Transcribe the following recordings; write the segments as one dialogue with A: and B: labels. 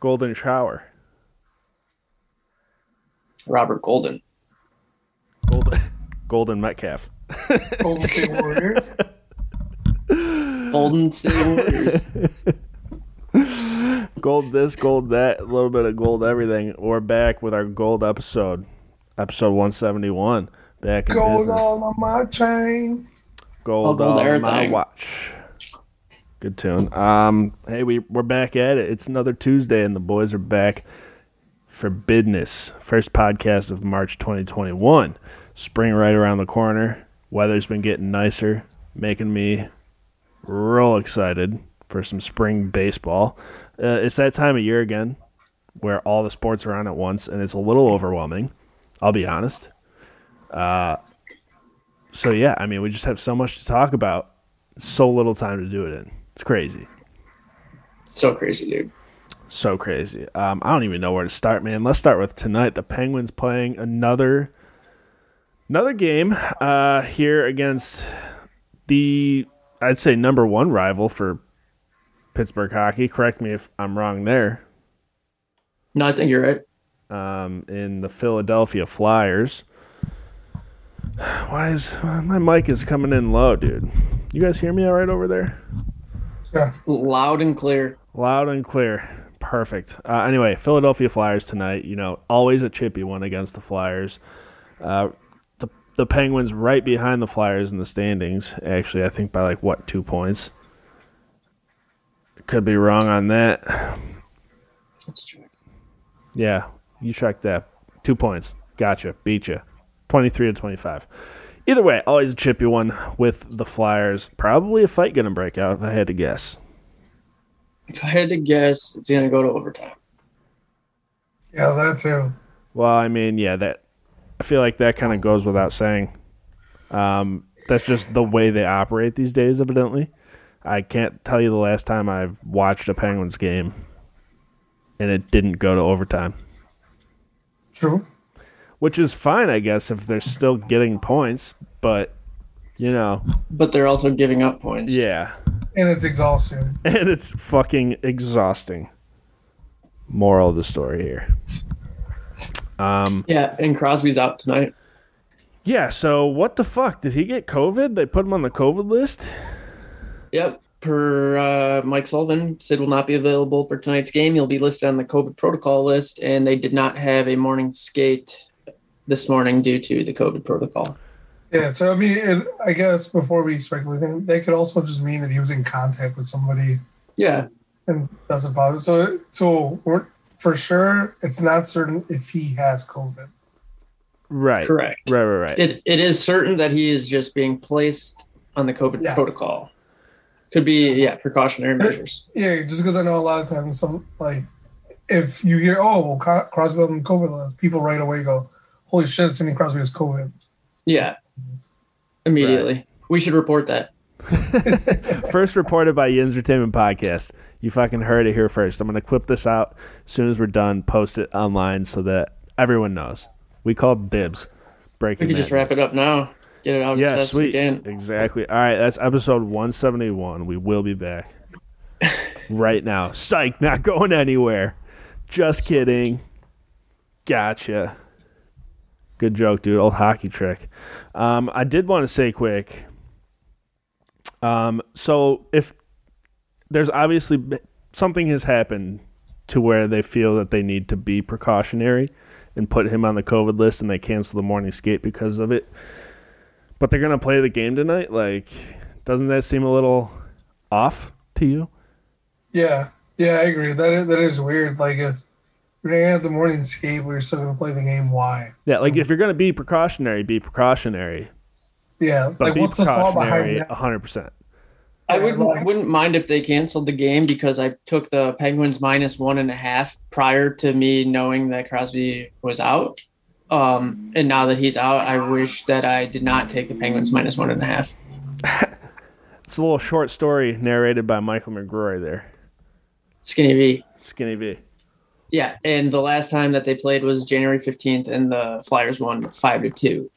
A: Golden Shower.
B: Robert Golden.
A: Golden Golden Metcalf.
C: Golden State Warriors.
B: Golden State Warriors.
A: Gold this, gold that, a little bit of gold everything. We're back with our gold episode. Episode one seventy one. Back in
C: Gold
A: business.
C: all on my chain.
A: Gold,
B: gold
A: on my
B: everything.
A: watch. Good tune. Um, hey, we we're back at it. It's another Tuesday, and the boys are back for business. First podcast of March 2021. Spring right around the corner. Weather's been getting nicer, making me real excited for some spring baseball. Uh, it's that time of year again where all the sports are on at once, and it's a little overwhelming. I'll be honest. So yeah, I mean, we just have so much to talk about, so little time to do it in. It's crazy,
B: So crazy, dude.
A: so crazy. Um, I don't even know where to start, man. Let's start with tonight. The Penguins playing another another game uh, here against the I'd say number one rival for Pittsburgh hockey. Correct me if I'm wrong there.
B: No, I think you're right.
A: um, in the Philadelphia Flyers. Why is my mic is coming in low, dude? You guys hear me all right over there?
C: Yeah.
B: Loud and clear.
A: Loud and clear. Perfect. Uh, anyway, Philadelphia Flyers tonight. You know, always a chippy one against the Flyers. Uh, the the Penguins right behind the Flyers in the standings. Actually, I think by like what two points? Could be wrong on that.
B: Let's check.
A: Yeah, you checked that. Two points. Gotcha. Beat you. 23 to 25. Either way, always a chippy one with the Flyers. Probably a fight going to break out if I had to guess.
B: If I had to guess, it's gonna go to overtime.
C: Yeah, that too.
A: Well, I mean, yeah, that I feel like that kind of goes without saying. Um, that's just the way they operate these days, evidently. I can't tell you the last time I've watched a Penguins game and it didn't go to overtime,
C: True.
A: which is fine, I guess, if they're still getting points, but, you know,
B: But they're also giving up points.
A: yeah.
C: And it's exhausting.
A: and it's fucking exhausting. Moral of the story here. Um,
B: Yeah, and Crosby's out tonight.
A: Yeah, so what the fuck? Did he get COVID? They put him on the COVID list?
B: Yep. Per uh, Mike Sullivan, Sid will not be available for tonight's game. He'll be listed on the COVID protocol list, and they did not have a morning skate this morning due to the COVID protocol.
C: Yeah. So I mean, it, I guess before we speculate, that could also just mean that he was in contact with somebody
B: Yeah,
C: and doesn't bother. So so we're, for sure, it's not certain if he has COVID.
A: Right.
B: correct.
A: Right, right, right.
B: It it is certain that he is just being placed on the COVID
C: Yeah.
B: protocol. Could be yeah precautionary measures.
C: Yeah, just because I know a lot of times some like if you hear oh well Cro- Crosby on the COVID list, people right away go, holy shit, Sidney Crosby has COVID.
B: Yeah, immediately we should report that.
A: First reported by the Entertainment Podcast. You fucking heard it here first. I'm going to clip this out as soon as we're done, post it online so that everyone knows. We called dibs.
B: We
A: Breaking
B: could just wrap it up now. Get it out
A: Yeah,
B: as fast as we
A: sweet.
B: can.
A: Exactly. All right, that's episode 171. We will be back right now. Psych, not going anywhere. Just kidding. Gotcha. Good joke, dude. Old hockey trick. Um, I did want to say quick. Um, so if there's obviously b- something has happened to where they feel that they need to be precautionary and put him on the COVID list, and they cancel the morning skate because of it but they're gonna play the game tonight. Like, doesn't that seem a little off to you?
C: Yeah, yeah, I agree. That is, that is weird. Like if we're gonna have the morning skate, we're still gonna play the game. Why?
A: Yeah, like if you're gonna be precautionary, be precautionary,
C: Yeah,
A: but
C: like
A: be
C: what's the thought behind
A: precautionary
C: that?
A: hundred percent.
B: I would
C: Yeah, like-
B: wouldn't mind if they canceled the game because I took the Penguins minus one and a half prior to me knowing that Crosby was out. Um, and now that he's out, I wish that I did not take the Penguins minus one and a half.
A: It's a little short story narrated by Michael McGrory there,
B: Skinny V.
A: Skinny V.
B: Yeah, and the last time that they played was January fifteenth, and the Flyers won five to two.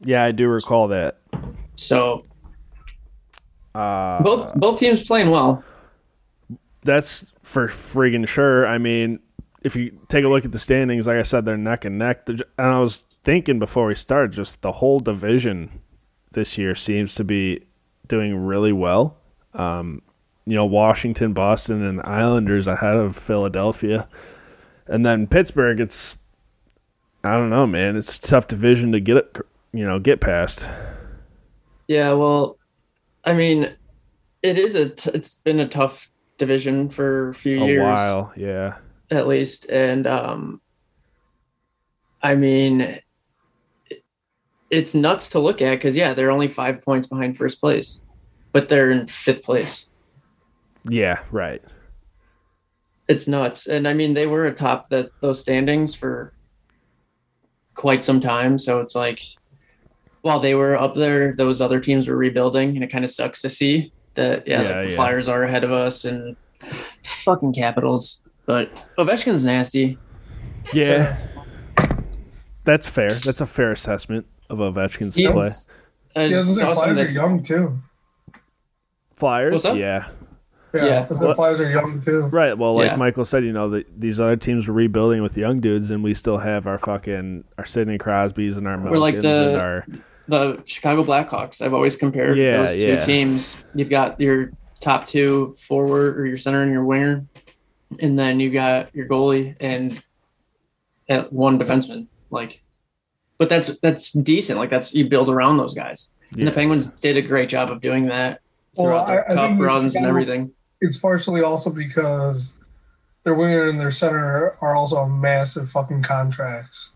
A: Yeah, I do recall that.
B: So
A: Uh, Uh-huh.
B: both both teams playing well.
A: that's for friggin' sure. I mean, if you take a look at the standings, like I said, they're neck and neck. They're ju- And I was thinking before we started, just the whole division this year seems to be doing really well. Um, you know, Washington, Boston, and the Islanders ahead of Philadelphia, and then Pittsburgh. It's I don't know, man. It's a tough division to get you know get past.
B: Yeah, well, I mean, it is a t- it's been a tough division for a few
A: A
B: years
A: while, yeah.
B: at least, and um, I mean, it- it's nuts to look at because yeah, they're only five points behind first place, but they're in fifth place.
A: Yeah, right.
B: It's nuts, and I mean, they were atop that those standings for quite some time, so it's like. While they were up there, those other teams were rebuilding, and it kind of sucks to see that. Yeah,
A: Yeah,
B: like the
A: yeah.
B: Flyers are ahead of us, and fucking Capitals. But Ovechkin's nasty.
A: Yeah. That's fair. That's a fair assessment of Ovechkin's play.
B: He's, I
C: Yeah,
B: just
C: those
B: saw
C: are
B: something
C: Flyers are
B: that-
C: young too.
A: Flyers,
B: What's that?
A: yeah.
C: Yeah,
B: Yeah.
C: those are
A: What-
C: Flyers are young too.
A: Right. Well, like
B: Yeah.
A: Michael said, you know, the, these other teams were rebuilding with young dudes, and we still have our fucking our Sidney Crosby's and our
B: We're
A: Malkins
B: like
A: and
B: the-
A: our
B: the Chicago Blackhawks. I've always compared
A: Yeah,
B: those two
A: yeah.
B: teams. You've got your top two forward or your center and your winger, and then you got your goalie and uh, one defenseman. Like, but that's that's decent. Like that's you build around those guys. And
A: Yeah.
B: the Penguins did a great job of doing that
C: Well,
B: throughout
C: I-
B: the
C: I
B: cup
C: think
B: runs and
C: Chicago-
B: everything.
C: It's partially also because their winger and their center are also on massive fucking contracts,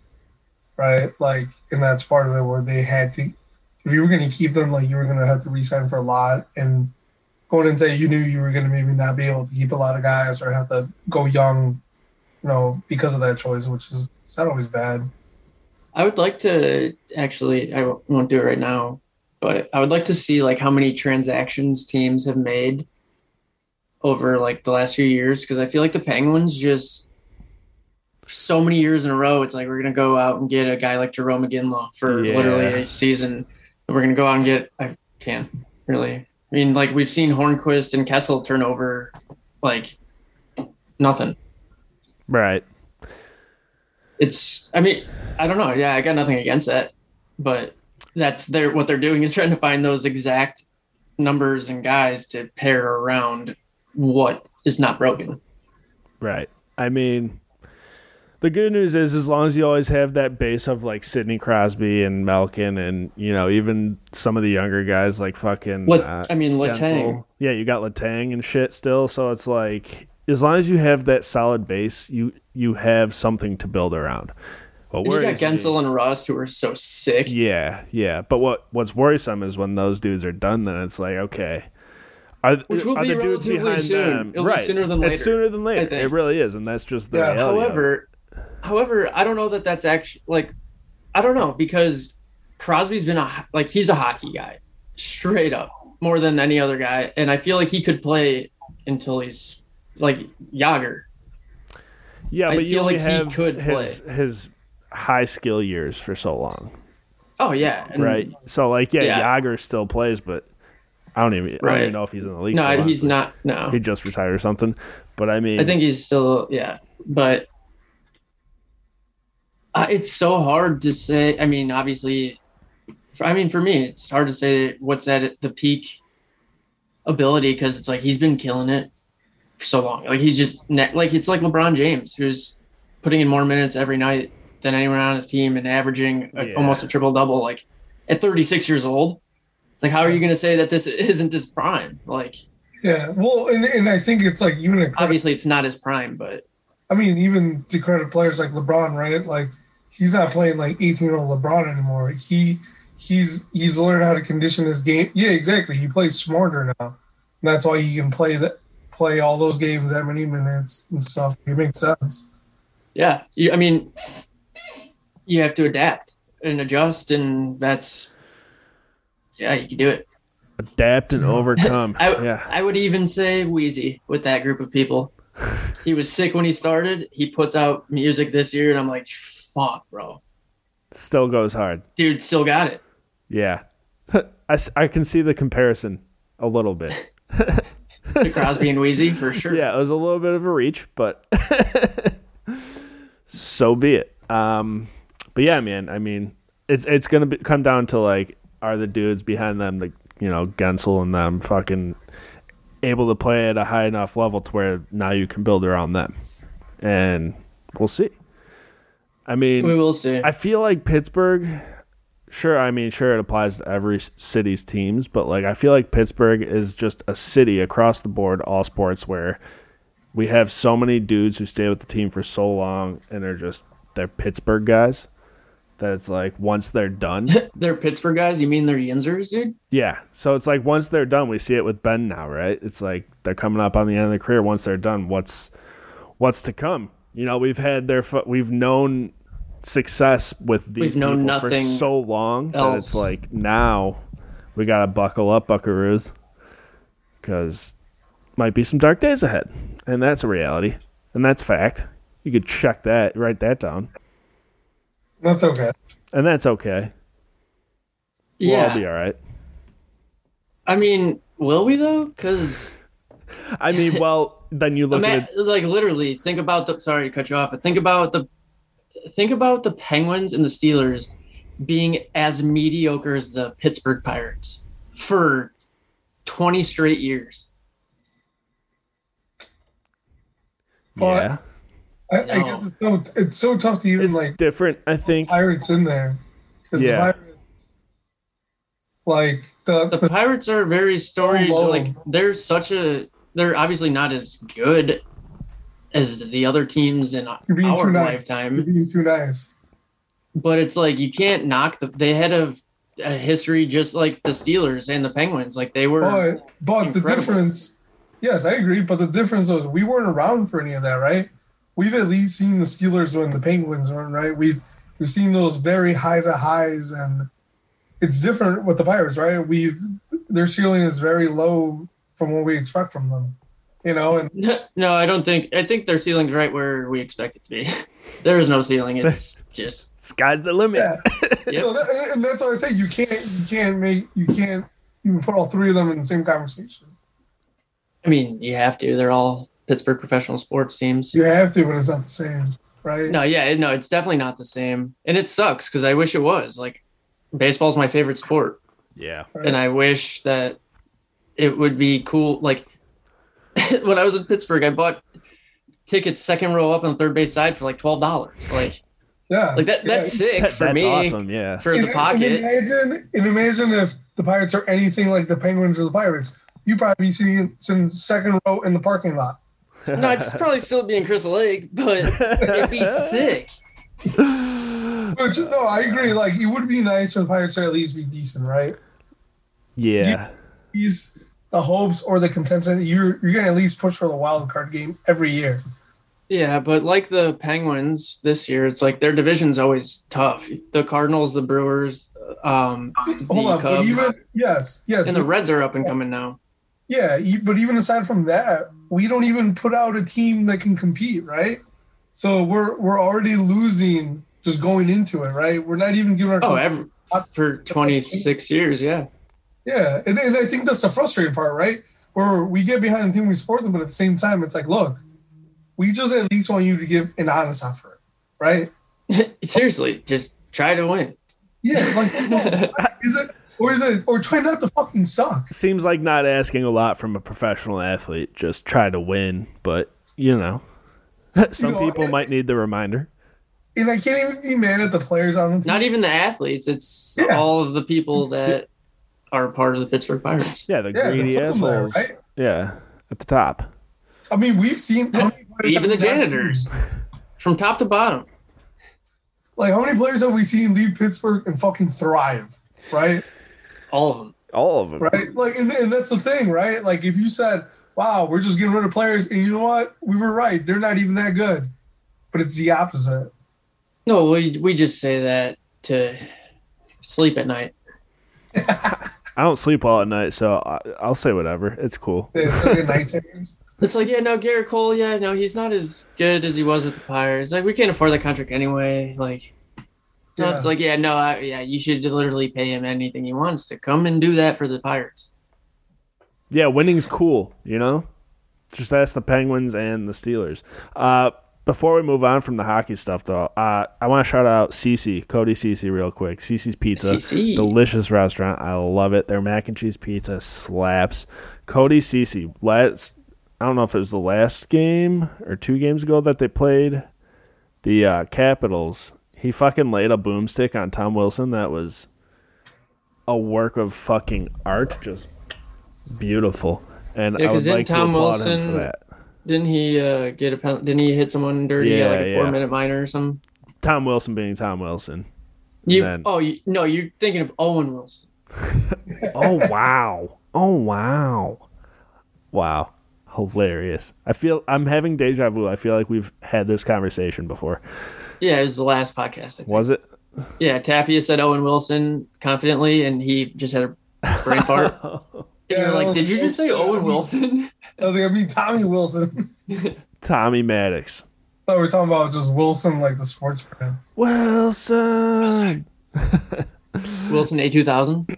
C: right? Like, and that's part of it where they had to. If you were going to keep them, like you were going to have to resign for a lot, and going into it, you knew you were going to maybe not be able to keep a lot of guys or have to go young, you know, because of that choice, which is it's not always bad.
B: I would like to actually. I w- won't do it right now, but I would like to see like how many transactions teams have made over like the last few years because I feel like the Penguins just so many years in a row. It's like we're gonna go out and get a guy like Jerome McGinley for
A: Yeah.
B: literally a season. And we're gonna go out and get. I can't really. I mean, like we've seen Hornquist and Kessel turn over like nothing.
A: right.
B: It's. I mean, I don't know. Yeah, I got nothing against that, but that's their what they're doing is trying to find those exact numbers and guys to pair around what is not broken.
A: Right. I mean, the good news is as long as you always have that base of like Sidney Crosby and Malkin and, you know, even some of the younger guys like fucking
B: Let,
A: uh,
B: I mean, Letang.
A: Gensel. Yeah, you got Latang and shit still, so it's like as long as you have that solid base, you you have something to build around. What
B: And you got
A: worries me-
B: Gensel and Rust who are so sick.
A: Yeah, yeah. But what what's worrisome is when those dudes are done. Then it's like, okay, are,
B: Which will
A: are
B: be
A: the dudes
B: relatively
A: behind
B: soon.
A: them?
B: It'll be
A: right,
B: sooner than
A: It's
B: later,
A: sooner than later.
B: think.
A: It really is, and that's just the
C: Yeah,
A: reality. of it.
B: However, however, I don't know that that's actually like, I don't know because Crosby's been a ho- like he's a hockey guy, straight up more than any other guy, and I feel like he could play until he's like Yager.
A: yeah,
B: I
A: but you
B: feel
A: only
B: like he
A: have
B: could
A: his his high skill years for so long,
B: Oh yeah, and-
A: right? So like, yeah,
B: Yeah.
A: Yager still plays, but I don't even I don't
B: Right.
A: even know if he's in the league.
B: No,
A: still,
B: he's
A: honestly.
B: not. No,
A: He just retired or something. But I mean,
B: Oh. I think he's still yeah, but uh, it's so hard to say. I mean, obviously, for, I mean for me, it's hard to say what's at the peak ability because it's like he's been killing it for so long. Like he's just ne- like it's like LeBron James who's putting in more minutes every night than anyone on his team and averaging a,
A: Yeah.
B: almost a triple double. Like at 36 years old, like how are you going to say that this isn't his prime? Like
C: Yeah, well, and, and I think it's like even a credit
B: obviously it's not his prime, but
C: I mean, even to credit players like LeBron, right? Like he's not playing like 18 year old LeBron anymore. He he's he's learned how to condition his game. Yeah, exactly. He plays smarter now. And that's why he can play that play all those games that many minutes and stuff. It makes sense.
B: yeah you, i mean you have to adapt and adjust and that's yeah you can do it
A: adapt and overcome.
B: i,
A: yeah,
B: I would even say wheezy with that group of people he was sick when he started he puts out music this year and i'm like fuck bro
A: still goes hard.
B: dude still got it
A: Yeah. I, s- I can see the comparison a little bit.
B: to Crosby and Wheezy for sure.
A: Yeah, it was a little bit of a reach, but so be it. Um, but yeah, man. I mean, it's it's gonna be, come down to like, are the dudes behind them, like you know, Gensel and them, fucking able to play at a high enough level to where now you can build around them, and we'll see. I mean,
B: We will see.
A: I feel like Pittsburgh. Sure, I mean, sure, it applies to every s- city's teams, but like, I feel like Pittsburgh is just a city across the board, all sports, where we have so many dudes who stay with the team for so long, and they're just they're Pittsburgh guys. That it's like once they're done,
B: they're Pittsburgh guys. You mean they're Yinzers, dude?
A: yeah. So it's like once they're done, we see it with Ben now, right? It's like they're coming up on the end of their career. Once they're done, what's what's to come? You know, we've had their fu- we've known success with these
B: We've known
A: people for
B: nothing
A: so long that it's
B: else.
A: like now we gotta buckle up, Buckaroos, because might be some dark days ahead, and that's a reality, and that's fact. You could check that, write that down,
C: That's okay.
A: and that's okay. We'll all be all right.
B: I mean, will we though? Because
A: I mean, well, then you look at it
B: like literally, think about the. Sorry to cut you off, but think about the. Think about the Penguins and the Steelers being as mediocre as the Pittsburgh Pirates for twenty straight years.
C: Well,
A: yeah.
C: I, I
B: No.
C: guess it's so, it's so tough to even
A: It's
C: like "Oh,
A: different, I think.
C: pirates in there. 'Cause the
A: Yeah.
C: Pirates- like the,
B: The
C: the
B: Pirates are very story
C: low.
B: like they're such a they're obviously not as good as the other teams in
C: you're being too
B: our
C: nice.
B: lifetime.
C: You're being too nice.
B: but it's like you can't knock the they had a, a history just like the Steelers and the Penguins like they were
C: But but the
B: Incredible.
C: difference, yes, I agree. But the difference was we weren't around for any of that, right? We've at least seen the Steelers win, the Penguins win, right? We've we've seen those very highs of highs, and it's different with the Pirates, right? We've their ceiling is very low from what we expect from them, you know. And
B: no I don't think I think their ceiling's right where we expect it to be there is no ceiling it's just
A: Sky's the limit.
C: yeah,
B: yep.
C: So that- and that's why I say you can't you can't make you can't even put all three of them in the same conversation.
B: I mean you have to they're all Pittsburgh professional sports teams
C: You have to, but it's not the same, right?
B: no yeah no it's definitely not the same and it sucks because I wish it was like baseball's my favorite sport
A: Yeah.
B: and I wish that it would be cool. Like when I was in Pittsburgh, I bought tickets second row up on the third base side for like twelve dollars. Like
C: yeah,
B: like that
C: yeah.
B: that's sick
A: That-
B: for
A: that's
B: me
A: awesome. Yeah.
B: for the pocket.
C: imagine, and imagine if the Pirates are anything like the Penguins or the Pirates. You probably be sitting, sitting second row in the parking lot.
B: No, I'd probably still be in Crystal Lake, but it'd be sick.
C: Which no, I agree. Like it would be nice for the Pirates to at least be decent, right?
A: Yeah.
C: These the hopes or the contention. You're you're gonna at least push for the wild card game every year.
B: Yeah, but like the Penguins this year, it's like their division's always tough. The Cardinals, the Brewers, um,
C: Hold
B: the
C: on, but
B: Cubs,
C: even yes, yes,
B: and the Reds are up and coming now.
C: yeah. e- But even aside from that, we don't even put out a team that can compete, right? So we're we're already losing just going into it, right? We're not even giving
B: Oh,
C: ourselves
B: every, for twenty six years, yeah.
C: Yeah, and, and I think that's the frustrating part, right? Where we get behind the team, we support them, but at the same time, it's like, look, we just at least want you to give an honest effort, right?
B: Seriously, just try to win.
C: Yeah, like is it or is it or try not to fucking suck?
A: Seems like not asking a lot from a professional athlete. Just try to win. But, you know, some
C: know,
A: people
C: I-
A: might need the reminder.
C: And I can't even be mad at the players on the team.
B: not even the athletes it's
C: Yeah.
B: all of the people
C: It's-
B: that are part of the pittsburgh pirates
A: Yeah. The
C: yeah, they
A: greedy
C: put them there,
A: assholes.
C: right?
A: Yeah. At the top.
C: I mean, we've seen how many players
B: even the
C: have we not
B: janitors
C: seen-
B: from top to bottom
C: Like how many players have we seen leave Pittsburgh and fucking thrive, right?
B: all of them
A: All of them.
C: right? Like, and, and that's the thing, right? Like, if you said, "Wow, we're just getting rid of players," and you know what, we were right; they're not even that good. But it's the opposite.
B: no we, we just say that to sleep at night
A: I don't sleep all at night, so I, I'll say whatever. It's cool.
C: It's like a night terrors.
B: it's like yeah no garrett cole yeah no he's not as good as he was with the pirates like we can't afford that contract anyway like so it's
C: Yeah.
B: like yeah no I, yeah you should literally pay him anything he wants to come and do that for the pirates
A: yeah, winning's cool, you know? Just ask the Penguins and the Steelers. Uh, before we move on from the hockey stuff, though, uh, I want to shout out Cece, Cody Cece, real quick. Cece's Pizza,
B: Cece.
A: delicious restaurant. I love it. Their mac and cheese pizza slaps. Cody Cece, last, I don't know if it was the last game or two games ago that they played the uh, Capitals. He fucking laid a boomstick on Tom Wilson that was a work of fucking art. Just beautiful. And
B: Yeah,
A: I
B: 'cause
A: would
B: didn't
A: like
B: Tom
A: to applaud him
B: Wilson-
A: for that.
B: Didn't he uh, get a penalty? Didn't he hit someone dirty at like
A: Yeah,
B: a
A: yeah.
B: four minute minor or something?
A: Tom Wilson being Tom Wilson.
B: You
A: then-
B: oh you, no, you're thinking of Owen Wilson.
A: Oh wow. Oh wow. Wow. Hilarious. I feel I'm having deja vu. I feel like we've had this conversation before.
B: Yeah, it was the last podcast. I think.
A: Was it?
B: Yeah, Tapia said Owen Wilson confidently, and he just had a brain fart. And
C: Yeah,
B: you're like,
C: Owen
B: did you just say
C: Wilson.
B: Owen Wilson?
C: I was like, I mean Tommy Wilson.
A: Tommy Maddox.
C: No, we're talking about just Wilson, like the sports brand.
A: Wilson.
B: Wilson A two thousand.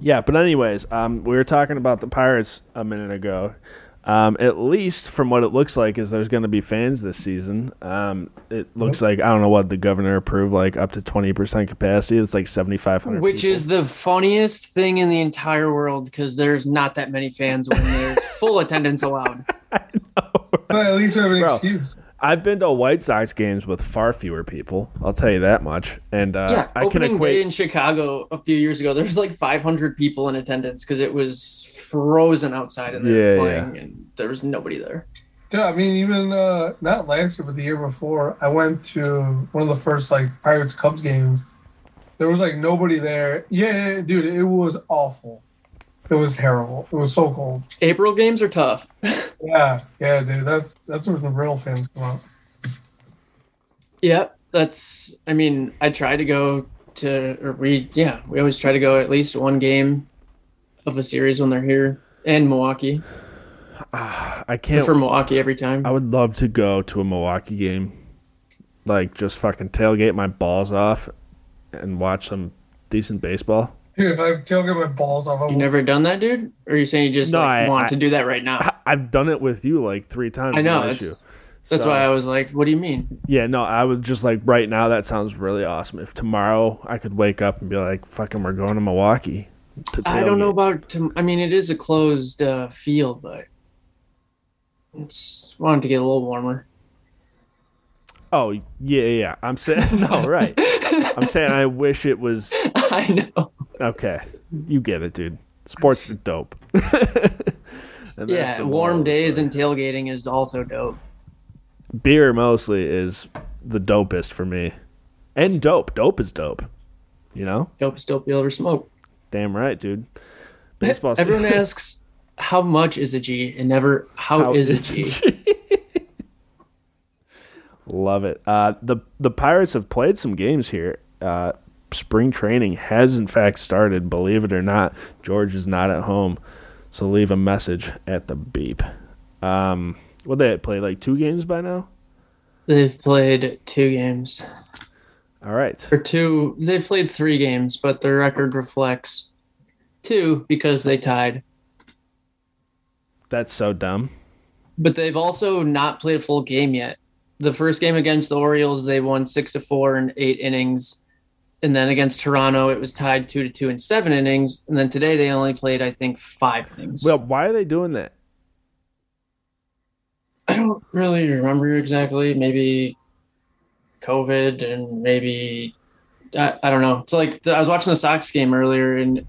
A: Yeah, but anyways, um, we were talking about the Pirates a minute ago. Um, at least from what it looks like is there's going to be fans this season. Um, it looks like I don't know what the governor approved, like up to twenty percent capacity. It's like seventy five hundred,
B: Which is the funniest thing in the entire world because there's not that many fans when there's full attendance allowed.
A: Uh,
C: But at least we have an
A: Bro.
C: excuse.
A: I've been to White Sox games with far fewer people. I'll tell you that much. And uh,
B: yeah,
A: I can
B: opening day
A: equate.
B: in Chicago a few years ago. There's like 500 people in attendance because it was frozen outside and they were
A: Yeah, yeah.
B: playing, and there was nobody there.
C: Yeah, I mean, even uh, not last year, but the year before, I went to one of the first like Pirates Cubs games. There was like nobody there. Yeah, yeah, dude, it was awful. It was terrible. It was so cold.
B: April games are tough.
C: Yeah, yeah, dude. That's that's where the real fans come out.
B: Yep, that's. I mean, I try to go to or we yeah we always try to go at least one game of a series when they're here and Milwaukee
A: I can't.
B: for Milwaukee every time.
A: I would love to go to a Milwaukee game, like just fucking tailgate my balls off, and watch some decent baseball.
C: Dude, if I tailgate my balls off,
B: You
C: I'm
B: never done that, dude? Or are you saying you just
A: No,
B: like,
A: I-
B: want
A: I-
B: to do that right now?
A: I- I've done it with you like three times.
B: I know,
A: no
B: that's-
A: issue.
B: That's
A: So,
B: why I was like, "What do you mean?"
A: yeah, no, I would just like right now. That sounds really awesome. If tomorrow I could wake up and be like, "Fucking, we're going to Milwaukee." To
B: I don't know
A: tailgate."
B: about. tom- I mean, it is a closed uh, field, but it's wanted to get a little warmer.
A: Oh yeah, yeah, yeah. I'm saying no, right. I'm saying I wish it was
B: I know.
A: Okay, you get it, dude. Sports are dope. And that's
B: Yeah,
A: the moral
B: warm
A: of the
B: days
A: story.
B: and tailgating is also dope.
A: beer mostly is the dopest for me, and dope. Dope is dope. You know,
B: Dope is dope. You'll ever smoke.
A: damn right, dude. Baseball.
B: Everyone asks how much is a G and never how is a G.
A: Love it. Uh, the the Pirates have played some games here. Uh, spring training has in fact started. Believe it or not, George is not at home, so leave a message at the beep. Um, what they play like two games by now.
B: They've played two games
A: All right.
B: or two. They've played three games, but their record reflects two because they tied.
A: That's so dumb.
B: But they've also not played a full game yet. The first game against the Orioles, they won six to four in eight innings, and then against Toronto, it was tied two to two in seven innings. And then today, they only played, I think, five innings.
A: Well, why are they doing that?
B: I don't really remember exactly. Maybe COVID and maybe I, I don't know. It's like I was watching the Sox game earlier, and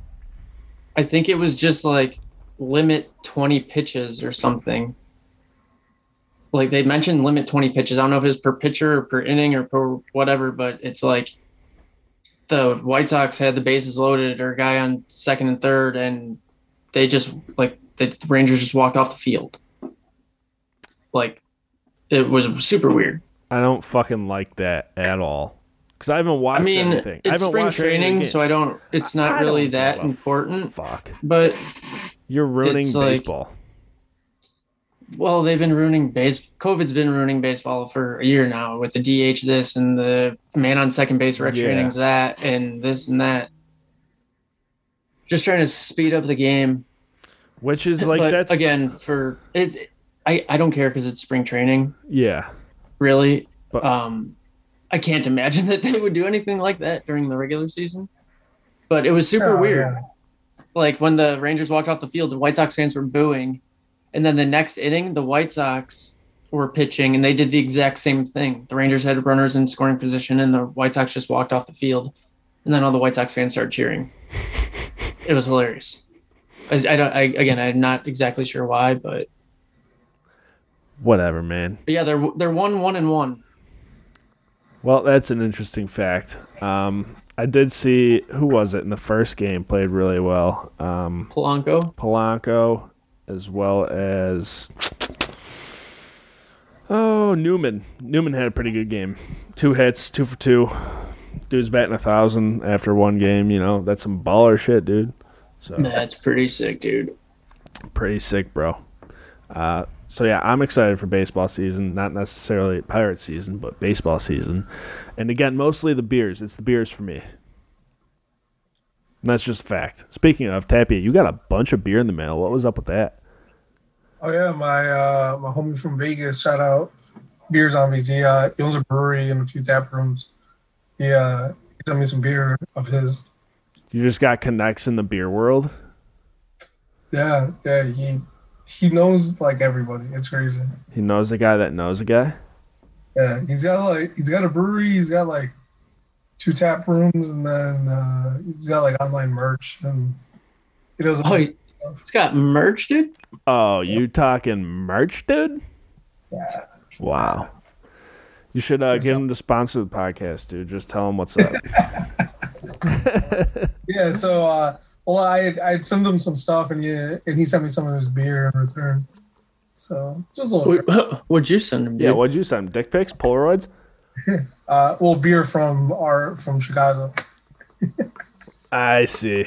B: I think it was just like limit twenty pitches or something. Like they mentioned limit twenty pitches. I don't know if it was per pitcher or per inning or per whatever, but it's like the White Sox had the bases loaded or a guy on second and third, and they just like the Rangers just walked off the field like it was super weird.
A: I don't fucking like that at all. Because I haven't
B: I
A: watched
B: mean,
A: anything. I
B: it's
A: haven't
B: spring
A: watched any of the
B: training,
A: games.
B: so I don't. It's
A: I
B: not
A: don't
B: really
A: give
B: that
A: a
B: important.
A: Fuck.
B: But
A: You're ruining
B: It's like-
A: baseball.
B: well, they've been ruining base. COVID's been ruining baseball for a year now with the DH this and the man on second base rec
A: Yeah.
B: trainings that and this and that. Just trying to speed up the game.
A: which is like
B: but
A: that's
B: again for it. I I don't care because it's spring training.
A: yeah.
B: Really,
A: But-
B: um, I can't imagine that they would do anything like that during the regular season. But it was super
C: Oh,
B: weird.
C: yeah.
B: Like when the Rangers walked off the field, the White Sox fans were booing, and then the next inning, the White Sox were pitching, and they did the exact same thing. The Rangers had runners in scoring position, and the White Sox just walked off the field, and then all the White Sox fans started cheering. It was hilarious. I, I don't. I, again, I'm not exactly sure why, but,
A: Whatever, man.
B: but yeah, they're they're one one and one.
A: Well, that's an interesting fact. Um, I did see who was it in the first game played really well. Um,
B: Polanco,
A: Polanco, as well as oh Newman. Newman had a pretty good game. Two hits, two for two. Dude's batting a thousand after one game. You know that's some baller shit, dude. So
B: that's pretty sick, dude.
A: pretty sick, bro. Uh, so yeah, I'm excited for baseball season. Not necessarily pirate season, but baseball season. And again, mostly the beers. It's the beers for me. And that's just a fact. Speaking of Tapia, you got a bunch of beer in the mail. What was up with that?
C: Oh yeah, my uh, my homie from Vegas, shout out Beer Zombies. He, uh, he owns a brewery and a few tap rooms. He, uh, he sent me some beer of his.
A: You just got connects in the beer world.
C: Yeah, yeah, he he knows like everybody. It's crazy.
A: He knows the guy that knows a guy.
C: Yeah, he's got like he's got a brewery. He's got like two tap rooms, and then uh, he's got like online merch, and he does.
B: Oh, he- he's got merch, dude.
A: Oh, you talking merch, dude?
C: yeah.
A: Wow. You should uh, get him to sponsor the podcast, dude. Just tell him what's up.
C: yeah. So, uh, well, I had, I had sent him some stuff, and he and he sent me some of his beer in return. So just a little.
B: Wait, what'd you send him? Dude?
A: yeah, what'd you send? Dick pics, Polaroids?
C: Uh, well, beer from our from Chicago.
A: I see.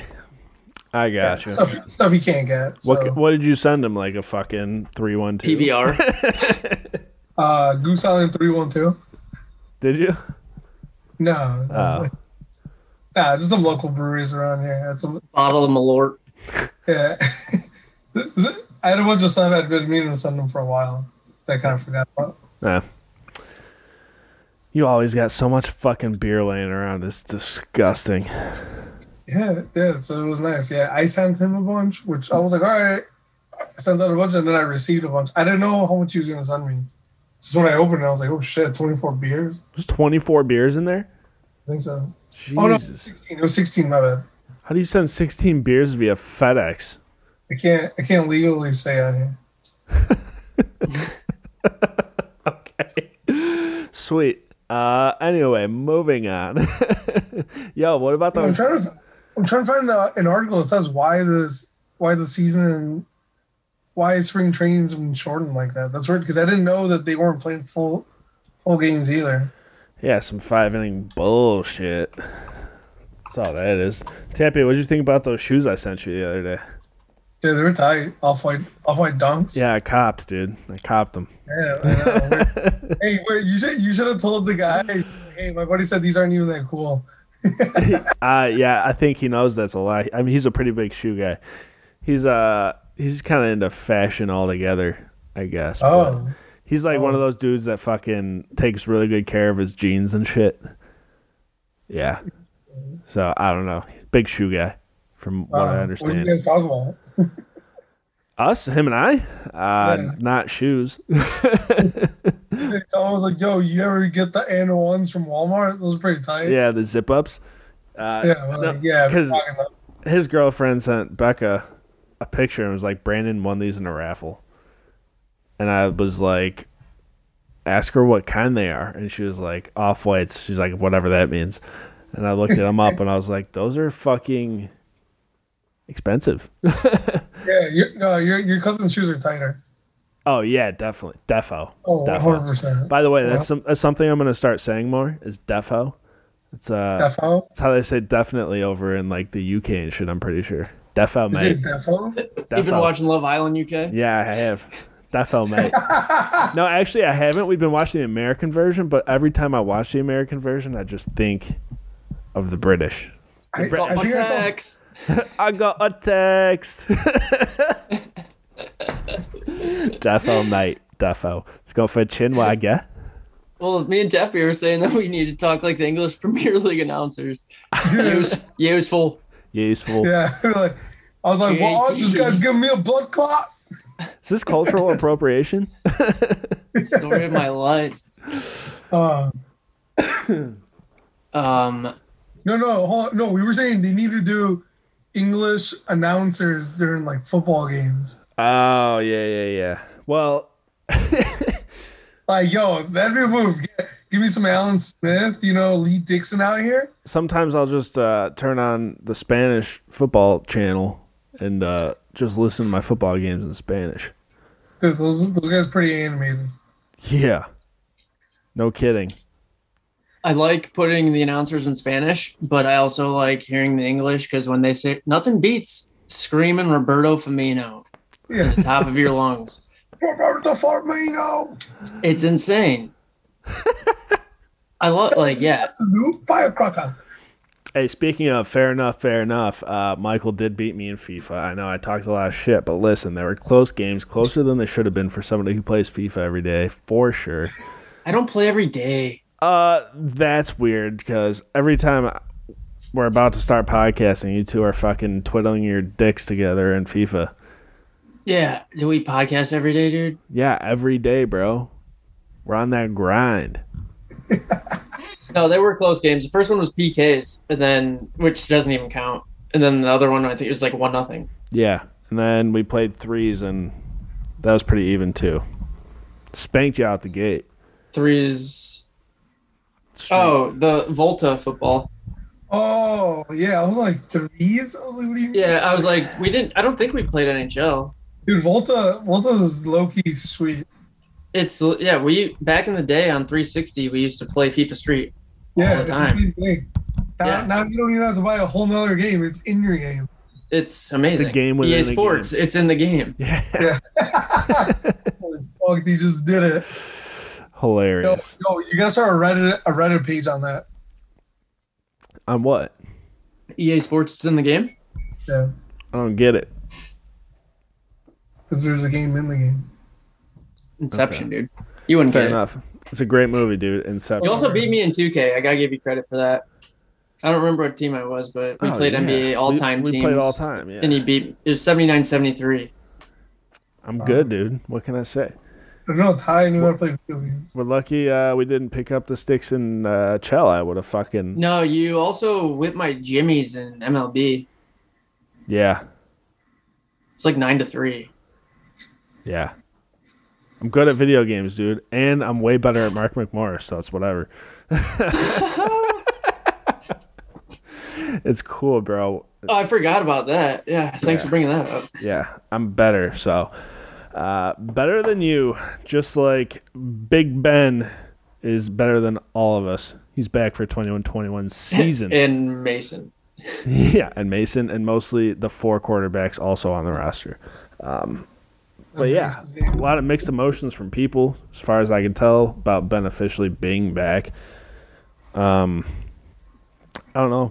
A: I got you.
C: Stuff stuff you can't get. So.
A: What what did you send him? Like a fucking three one two
B: PBR.
C: Uh, Goose Island three one two.
A: Did you?
C: No.
A: Oh.
C: Nah, there's some local breweries around here. That's some
B: Bottle of Malort.
C: Yeah. I had a bunch of stuff I'd been meaning to send them for a while. That I kind of forgot about.
A: Nah. You always got so much fucking beer laying around. It's disgusting.
C: Yeah, yeah. So it was nice. Yeah, I sent him a bunch, which I was like, all right. I sent out a bunch, and then I received a bunch. I didn't know how much he was gonna send me. Just when I opened it, I was like, oh shit, 24 beers.
A: There's 24 beers in there.
C: I think so. Oh no,
A: Jesus.
C: 16. It was 16. My bad.
A: How do you send 16 beers via FedEx?
C: I can't. I can't legally say on here.
A: Sweet. Uh, anyway, moving on. Yo, what about
C: I'm
A: those?
C: trying to. I'm trying to find uh an article that says why this, why the season, why spring training's been shortened like that. That's weird because I didn't know that they weren't playing full, full games either.
A: Yeah, some five inning bullshit. That's all that is. Tappy, what did you think about those shoes I sent you the other day?
C: Yeah, they were tight. Off white, off white dunks.
A: Yeah, I copped, dude. I copped them.
C: Yeah, I know. Weird. hey, wait, you should you should have told the guy. Hey, my buddy said these aren't even that cool.
A: Uh yeah, I think he knows that's a lie. I mean, he's a pretty big shoe guy. He's uh he's kind of into fashion altogether, I guess. but
C: Oh,
A: he's like one
C: oh.
A: of those dudes that fucking takes really good care of his jeans and shit. Yeah. So I don't know. Big shoe guy, from what I
C: wow. Um, What
A: understand.
C: do Uh, you guys talk about?
A: Us, him, and I. Uh,
C: Yeah.
A: not shoes.
C: It's almost like, yo, you ever get the and ones from Walmart? Those are pretty tight.
A: yeah, the zip ups. Uh,
C: yeah, well,
A: no,
C: like, yeah. we're
A: 'cause-
C: talking about-
A: his girlfriend sent Becca a picture and was like, Brandon won these in a raffle. And I was like, ask her what kind they are. And she was like, off whites. She's like, whatever that means. And I looked at them up and I was like, those are fucking expensive.
C: Yeah, your, no, your your cousin's shoes are tighter.
A: oh, yeah, definitely. Defo.
C: Oh,
A: Defo.
C: 100 percent.
A: By the way, that's, some, that's something I'm going to start saying more is defo. It's uh,
C: Defo?
A: it's how they say definitely over in like the UK and shit, I'm pretty sure. Defo,
C: Is
A: mate.
C: it Defo?
B: You've been
A: Defo.
B: watching Love Island UK.
A: Yeah, I have. That felt mate. no, actually, I haven't. We've been watching the American version, but every time I watch the American version, I just think of the British.
C: I,
A: Bre-
C: I
B: Got my
C: think I saw-
B: text.
A: I got a text. Defo, mate. Defo. Let's go for Chinwaga.
B: Well, me and Deppy were saying that we need to talk like the English Premier League announcers.
C: dude,
B: Use, useful.
A: Useful.
C: yeah. like, I was like, well, this guy's giving me a blood clot.
A: Is this cultural appropriation?
B: Story of my life.
C: Uh,
B: Um,
C: no, no, hold on. no. We were saying they need to do English announcers during like football games.
A: Oh, yeah, yeah, yeah. Well,
C: Like, yo, that'd be a move. Get, give me some Alan Smith, you know, Lee Dixon out here.
A: sometimes I'll just uh, turn on the Spanish football channel and uh, just listen to my football games in Spanish.
C: Dude, those those guys pretty animated.
A: Yeah. No kidding.
B: I like putting the announcers in Spanish, but I also like hearing the English because when they say nothing beats screaming Roberto Firmino
C: Yeah,
B: at the top of your lungs,
C: Roberto Firmino,
B: it's insane. I love like yeah.
C: it's a new firecracker.
A: Hey, speaking of fair enough, fair enough. Uh, Michael did beat me in FIFA. I know I talked a lot of shit, but listen, there were close games, closer than they should have been for somebody who plays FIFA every day, for sure.
B: I don't play every day.
A: Uh, that's weird because every time I- we're about to start podcasting, you two are fucking twiddling your dicks together in FIFA.
B: Yeah, do we podcast every day, dude?
A: Yeah, every day, bro. We're on that grind.
B: No, they were close games. The first one was PKs, and then which doesn't even count. And then the other one, I think it was like one nothing.
A: Yeah, and then we played threes, and that was pretty even too. Spanked you out the gate.
B: Threes. Oh, the Volta football.
C: Oh yeah, I was like threes. I was like, what do you mean?
B: Yeah, uh, I was like, we didn't. I don't think we played NHL.
C: Dude, Volta, Volta's low key sweet.
B: It's yeah. We back in the day on 360, we used to play FIFA Street.
C: Yeah,
B: the
C: it's
B: time.
C: the same thing. Now,
B: Yeah.
C: now you don't even have to buy a whole nother game. It's in your game.
B: It's amazing.
A: game within
B: EA
A: a
B: Sports. It's in the game.
A: Yeah,
C: Holy fuck, they just did it. Yo,
A: hilarious.
C: yo, you gotta start a Reddit a Reddit page on that.
A: On what?
B: EA E Sports. It's in the game.
C: Yeah,
A: I don't get it.
C: because there's a game in the game.
B: Inception, dude. You wouldn't
A: Fair
B: get it.
A: enough. It's a great movie, dude.
B: You
A: Inception.
B: also beat me in 2K. I gotta give you credit for that. I don't remember what team I was, but we
A: Oh,
B: played
A: yeah.
B: NBA all time
A: We, we
B: teams.
A: played all time.
B: And
A: Yeah.
B: he beat. It was 79 73.
A: I'm good, dude. What can I say?
C: There's no tie. You gotta play video games.
A: We're lucky uh, we didn't pick up the sticks in uh, Chell. I would have fucking
B: No, you also whipped my Jimmies in MLB.
A: yeah,
B: It's like 9 to 3.
A: yeah. I'm good at video games, dude, and I'm way better at Mark McMorris, so it's whatever. it's cool, bro.
B: Oh, I forgot about that. Yeah, thanks
A: Yeah.
B: for bringing that up.
A: Yeah, I'm better. So, uh, better than you, just like Big Ben is better than all of us. He's back for 21-21 season.
B: And Mason.
A: yeah, and Mason and mostly the four quarterbacks also on the roster. But yeah,
C: This game.
A: a lot of mixed emotions from people, as far as I can tell, about Ben officially being back. Um, I don't know.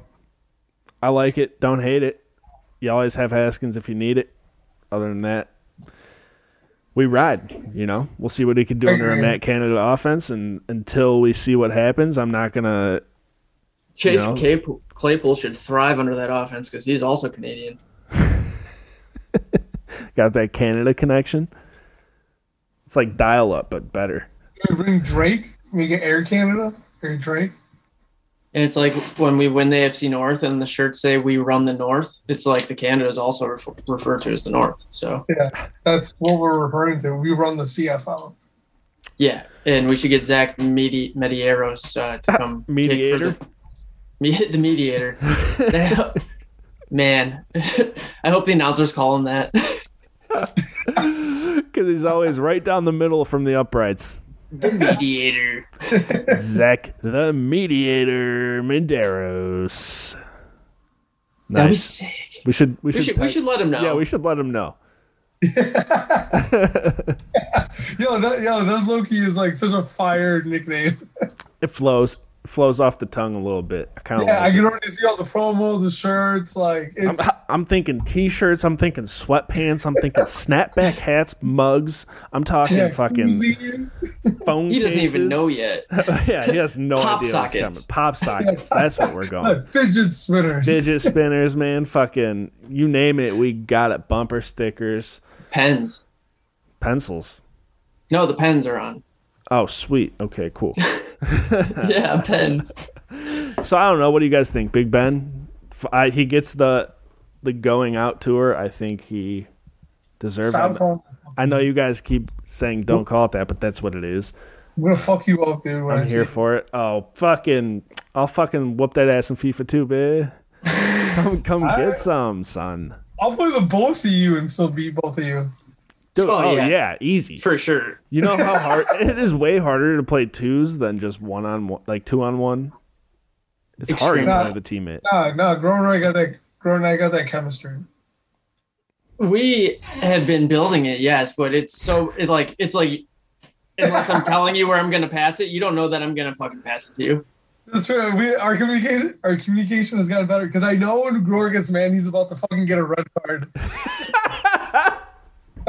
A: I like it. Don't hate it. You always have Haskins if you need it. Other than that, we ride. You know, we'll see what he can do under a
C: Agreed.
A: Matt Canada offense, and until we see what happens, I'm not gonna.
B: Chase
A: You know?
B: Claypool, Claypool should thrive under that offense because he's also Canadian.
A: Got that Canada connection. It's like dial up, but better.
C: Can we bring Drake. Make it Air Canada. Air Drake.
B: And it's like when we win the AFC North and the shirts say we run the North, it's like the Canada is also refer- referred to as the North. So,
C: That's what we're referring to. We run the CFL.
B: yeah. And we should get Zach Medi- Medieros uh, to come. kick for
A: Mediator?
B: The, me- the mediator. Man, I hope the announcers call him that.
A: Because he's always right down the middle from the uprights.
B: the mediator.
A: Zach the Mediator Menderos.
B: That'd be
A: Nice.
B: sick.
A: We should we should
B: We should, we
A: type-
B: should let him know.
A: yeah we should let him know.
C: Yo, that yo, that Loki is like such a fire nickname.
A: It flows. flows off the tongue a little bit. I kind of
C: Yeah, I
A: like
C: can already see all the promo, the shirts. Like
A: Oh I'm,
C: it's
A: I'm thinking t-shirts. I'm thinking sweatpants. I'm thinking snapback hats, mugs. I'm talking
C: yeah,
A: fucking
C: koozies.
A: phone.
B: He doesn't even
A: cases.
B: know yet.
A: yeah, he has no
B: Pop
A: idea
B: sockets.
A: what's coming. Pop sockets. That's what we're going.
C: fidget spinners.
A: Fidget spinners, man. Fucking you name it, we got it. Bumper stickers,
B: Pens.
A: pencils.
B: No, the pens are on.
A: Oh, sweet. Okay, cool.
B: yeah, pens.
A: So I don't know. What do you guys think, Big Ben? F I he gets the the going out tour. I think he deserves.
C: Stop
A: it.
C: calling.
A: I know you guys keep saying don't call it that, but that's what it is.
C: I'm gonna fuck you up, dude. When i
A: I'm
C: see
A: here
C: it.
A: for it. Oh, fucking! I'll fucking whoop that ass in FIFA too, babe. Come, come get some, son.
C: I'll play the both of you and still beat both of you.
A: Dude,
B: Oh,
A: oh,
B: yeah.
A: yeah. easy.
B: For sure.
A: You know how hard it is. Way harder to play twos than just one on one, like two on one. It's
B: Extremely.
A: hard to play the teammate.
C: Nah, nah. Grown I got that. Grown I got that chemistry.
B: We have been building it, yes, but it's so it like it's like unless I'm telling you where I'm gonna pass it, you don't know that I'm gonna fucking pass it to you.
C: That's right. We, our communication, our communication has gotten better because I know when Grower gets mad, he's about to fucking get a red card. I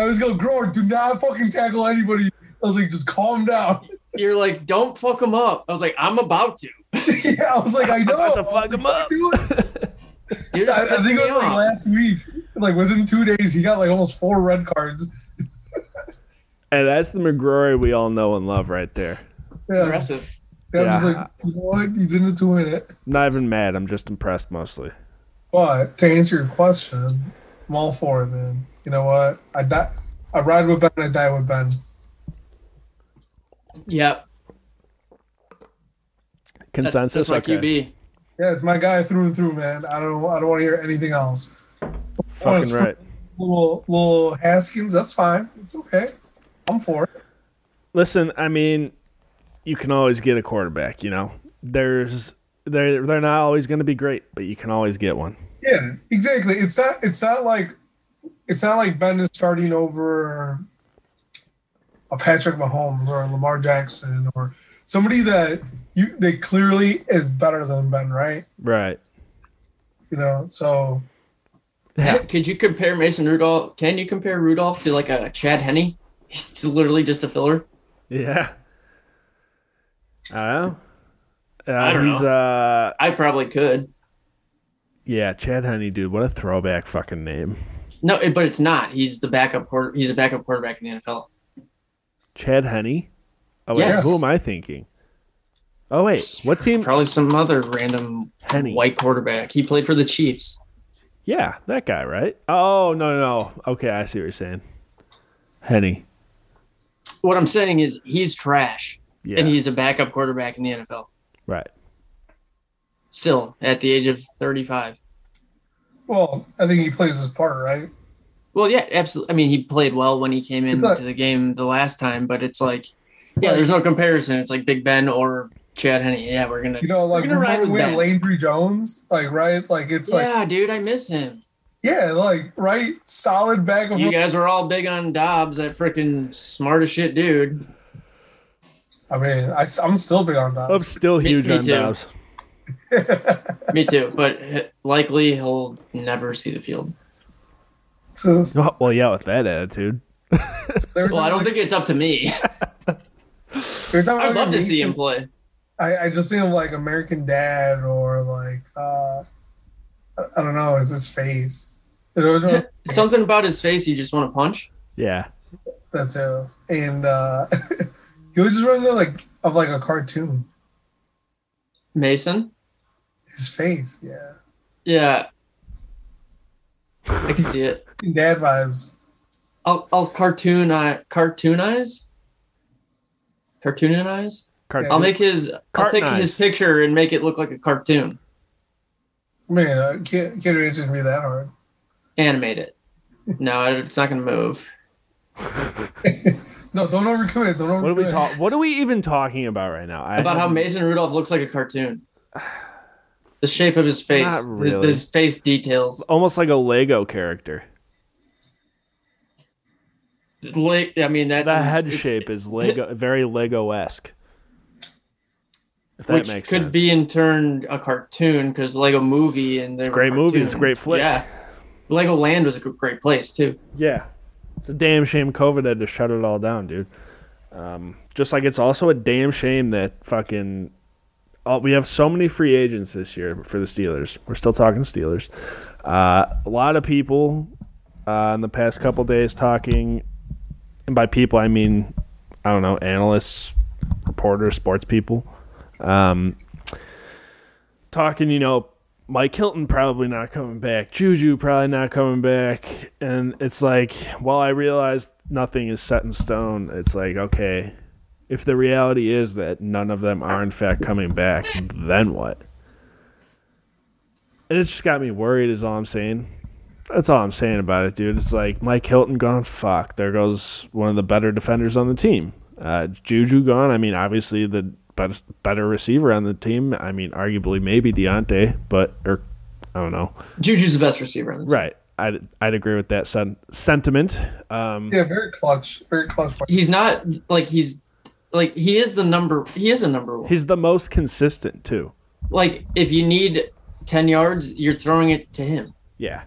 C: was going, Grower, do not fucking tackle anybody. I was like, just calm down.
B: You're like, don't fuck them up. I was like, I'm about to.
C: yeah, I was like, I know.
A: About to fuck him up.
C: Do it.
B: Dude,
C: I, I
B: it's pissing
C: think it
B: me
C: was like
B: off.
C: last week. Like within two days, he got like almost four red cards.
A: And that's the McGrory we all know and love right there.
C: Yeah,
B: aggressive.
C: Yeah, I'm just
A: Yeah.
C: like, you know what? He's in it to win it.
A: Not even mad. I'm just impressed mostly.
C: But to answer your question, I'm all for it, man. You know what? I die. I ride with Ben. I die with Ben.
B: Yep. That's,
A: Consensus.
B: that's my QB.
C: Yeah, it's my guy through and through, man. I don't, I don't want to hear anything else.
A: Fucking right.
C: Little, little Haskins, that's fine. It's okay. I'm for it.
A: Listen, I mean, you can always get a quarterback. You know, there's they're they're not always going to be great, but you can always get one.
C: Yeah, exactly. It's not, it's not like, it's not like Ben is starting over a Patrick Mahomes or a Lamar Jackson or somebody that you they clearly is better than Ben, right?
A: Right.
C: You know, so
B: Could you compare Mason Rudolph? Can you compare Rudolph to like a Chad Henney? He's literally just a filler.
A: Yeah. I don't know. Uh,
B: I don't
A: he's uh
B: I probably could.
A: yeah, Chad Honey dude, what a throwback fucking name.
B: No, it- but it's not. He's the backup. Quarter, he's a backup quarterback in the NFL.
A: Chad Honey? Oh wait,
B: Yes.
A: who am I thinking? Oh wait, what team
B: Probably some other random
A: Henne.
B: white quarterback. He played for the Chiefs.
A: Yeah, that guy, right? Oh no no. no. Okay, I see what you're saying. Henny.
B: What I'm saying is he's trash,
A: Yeah.
B: and he's a backup quarterback in the NFL.
A: right.
B: Still at the age of 35.
C: well, I think he plays his part, right?
B: Well, yeah, absolutely. I mean, he played well when he came
C: It's
B: into
C: like-
B: the game the last time, but it's like, yeah,
C: Right.
B: there's no comparison. It's like Big Ben or Chad Henney. Yeah, we're gonna,
C: You know, like
B: we're gonna ride
C: remember
B: with
C: we had
B: Ben.
C: Landry Jones, like right, like it's like
B: yeah, dude, I miss him.
C: Yeah, like right, solid back of.
B: You guys were all big on Dobbs, that freaking smart as shit dude.
C: I mean, I, am still big on that.
A: I'm still
B: Me-
A: huge
B: me
A: on
B: too.
A: Dobbs.
B: Me too, but h- likely he'll never see the field.
C: So,
A: Oh, Well, yeah, with that attitude.
C: there was
B: Well, I don't
C: like-
B: think it's up to me.
C: there was
B: I'd
C: like
B: love to
C: a
B: see him
C: recent-
B: play.
C: I, I just think of like American Dad or like uh, I, I don't know, it's his face. There was one-
B: Something about his face you just want to punch.
A: Yeah.
C: that too, and uh, he was just running like of like a cartoon.
B: Mason?
C: His face, yeah,
B: Yeah. I can see it.
C: dad vibes.
B: I'll I'll cartoon cartoonize. Cartoonize?
A: Cartoon.
B: I'll make his I'll take
A: Cartoonize.
B: his picture and make it look like a cartoon.
C: Man, I can't can't imagine me that hard.
B: Animate it. No, it's not gonna move.
C: No, don't overcommit. Don't overcommit.
A: What are we talk? What are we even talking about right now? I
B: about how Mason Rudolph looks like a cartoon. The shape of his face,
A: Not
B: his,
A: really.
B: his face details.
A: almost like a Lego character.
B: Like, I mean, that's
A: The head shape is Lego, very Lego esque. If that
B: which
A: makes
B: could
A: sense.
B: be in turn a cartoon because Lego Movie and
A: It's
B: the
A: a great movie. It's a great flick.
B: Yeah, Lego Land was a g- great place too.
A: Yeah. It's a damn shame COVID had to shut it all down, dude. Um, just like it's also a damn shame that fucking all, we have so many free agents this year for the Steelers. We're still talking Steelers. Uh, a lot of people uh, in the past couple days talking, and by people I mean I don't know analysts, reporters, sports people, um, talking. You know, Mike Hilton probably not coming back. Juju probably not coming back. And it's like, while I realize nothing is set in stone, it's like, okay, if the reality is that none of them are in fact coming back, then what? And it's just got me worried, is all I'm saying. That's all I'm saying about it, dude. It's like Mike Hilton gone. Fuck, there goes one of the better defenders on the team. Uh, Juju gone. I mean, obviously the best, better receiver on the team. I mean, arguably maybe Deontay, but or I don't know.
B: Juju's the best receiver on the team.
A: Right, I'd I'd agree with that sen- sentiment. Um,
C: Yeah, very clutch. Very clutch. play.
B: He's not like he's like he is the number. He is a number one.
A: He's the most consistent too.
B: like if you need ten yards, you're throwing it to him.
A: Yeah,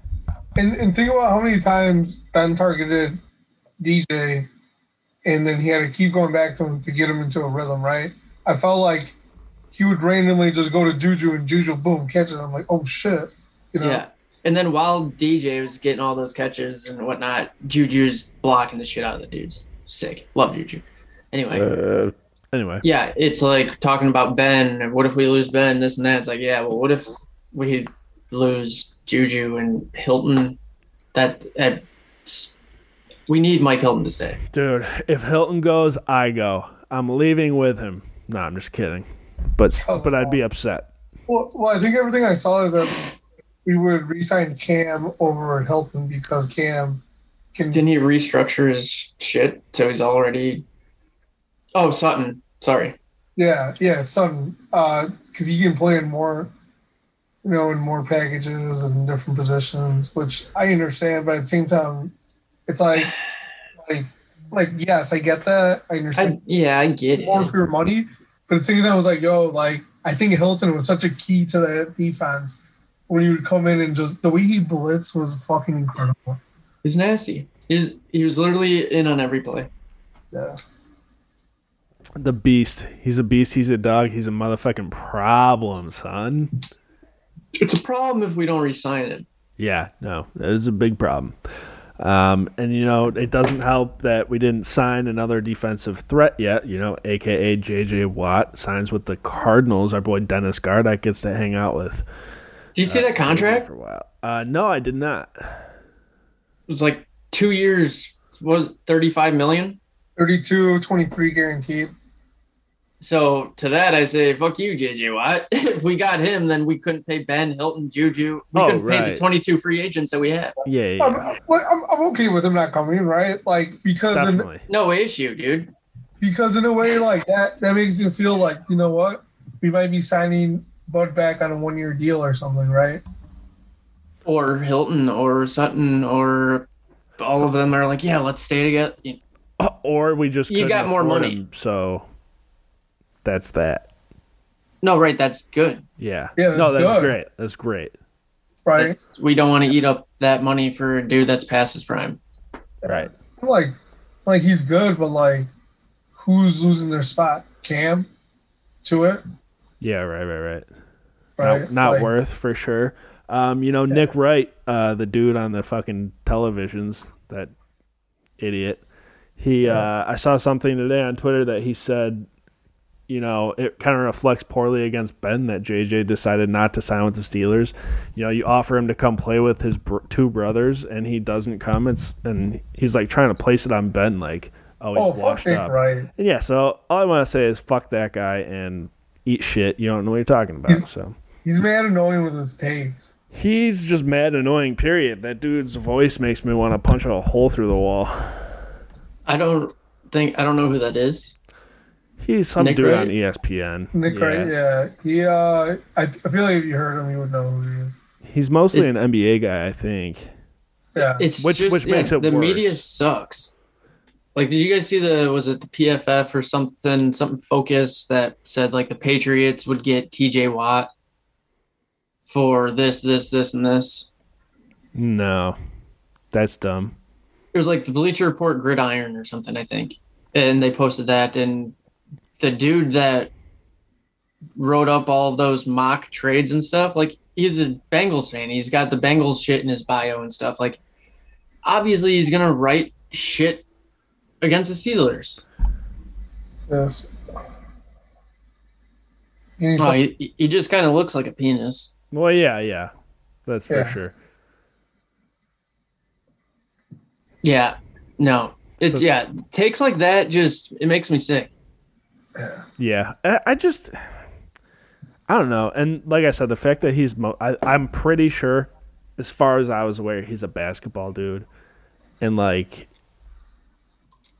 C: And, and think about how many times Ben targeted DJ, and then he had to keep going back to him to get him into a rhythm. Right? I felt like he would randomly just go to Juju, and Juju, boom, catch it. I'm like, oh shit, you know.
B: Yeah. And then while DJ was getting all those catches and whatnot, Juju's blocking the shit out of the dudes. Sick. Love Juju. Anyway.
A: Anyway,
B: yeah, it's like talking about Ben. and What if we lose Ben? This and that. It's like, yeah, well, what if we lose Juju and Hilton? That, that we need Mike Hilton to stay.
A: dude, if Hilton goes, I go. I'm leaving with him. No, I'm just kidding. But but I'd be upset.
C: Well, well, I think everything I saw is that we would resign Cam over Hilton because Cam can.
B: Didn't he restructure his shit so he's already? Oh, Sutton. Sorry.
C: Yeah, yeah, Sutton, because he can play in more, you know, in more packages and different positions, which I understand. But at the same time, it's like, like, like yes, I get that. I
B: I,
C: understand
B: yeah, I get
C: more
B: it.
C: for your money, but at the same time, I was like, yo, like I think Hilton was such a key to that defense when he would come in and just the way he blitzed was fucking incredible.
B: He's nasty. He was, he was literally in on every play.
C: Yeah,
A: The beast. He's a beast. He's a dog. He's a motherfucking problem, son.
B: It's a problem if we don't resign him.
A: Yeah, no, that is a big problem. Um, and you know, it doesn't help that we didn't sign another defensive threat yet. You know, aka JJ Watt signs with the Cardinals. Our boy Dennis Gardeck gets to hang out with
B: Do you see that contract?
A: for a while. Uh, no, I did not.
B: It was like two years. Was thirty-five million?
C: 32, 23 guaranteed.
B: So to that I say, fuck you, JJ Watt. if we got him, then we couldn't pay Ben Hilton, Juju. We
A: Oh,
B: couldn't pay
A: right.
B: the 22 free agents that we had.
A: Yeah, yeah,
C: I'm,
A: yeah,
C: I'm, I'm okay with him not coming, right? Like because in,
A: definitely.
B: No issue, dude.
C: because in a way like that that makes you feel like you know what we might be signing bud back on a one year deal or something right
B: Or Hilton, or Sutton, or all of them are like, yeah, let's stay together.
A: Uh, Or we just
B: You
A: couldn't
B: got more
A: afford
B: money.
A: him, so that's that.
B: No, right? That's good.
A: Yeah.
C: Yeah, that's
A: no, that's
C: good.
A: great. That's great.
C: right
B: That's- we don't want to eat up that money for a dude that's past his prime.
A: Right.
C: like like he's good but like who's losing their spot cam to it
A: Yeah. Right. Right. Right.
C: right
A: not, not
C: Like,
A: worth for sure. Um, you know, Nick Wright, uh, the dude on the fucking televisions, that idiot. He, uh, I saw something today on Twitter that he said, you know, it kind of reflects poorly against Ben that JJ decided not to sign with the Steelers. You know, you offer him to come play with his br- two brothers, and he doesn't come. It's and he's like trying to place it on Ben, like, oh, he's
C: oh fuck
A: washed
C: Nick
A: up.
C: right
A: And yeah, so all I want to say is fuck that guy and eat shit. You don't know what you're talking about.
C: He's-
A: so
C: he's mad annoying with his takes
A: He's just mad annoying, period. That dude's voice makes me want to punch a hole through the wall.
B: I don't think, I don't know who that is.
A: He's some
B: Nick
A: dude
B: Wright?
A: on E ESPN.
C: Nick
A: Yeah.
C: right yeah he uh I, I feel like if you heard him you would know who he is
A: He's mostly
B: It-
A: an NBA guy, I think.
C: yeah
B: It's
A: Which-
B: just,
A: which makes
B: yeah,
A: it
B: the media
A: worse.
B: sucks. Like, did you guys see the was it the PFF or something something focus that said like the Patriots would get T.J. Watt for this, this, this, and this?
A: No, that's dumb.
B: It was like the Bleacher Report gridiron or something, I think, and they posted that. And the dude that wrote up all those mock trades and stuff, like he's a Bengals fan. He's got the Bengals shit in his bio and stuff. Like, obviously, he's gonna write shit against the Steelers.
C: Yes. You need to-
B: Oh, he, he just kind of looks like a penis.
A: Well, yeah, yeah, that's for
C: Yeah.
A: sure.
B: Yeah, no, it
A: So-
B: yeah takes like that. Just it makes me sick.
A: Yeah, I, I just, I don't know. And like I said, the fact that he's, mo- I, I'm pretty sure, as far as I was aware, he's a basketball dude, and like,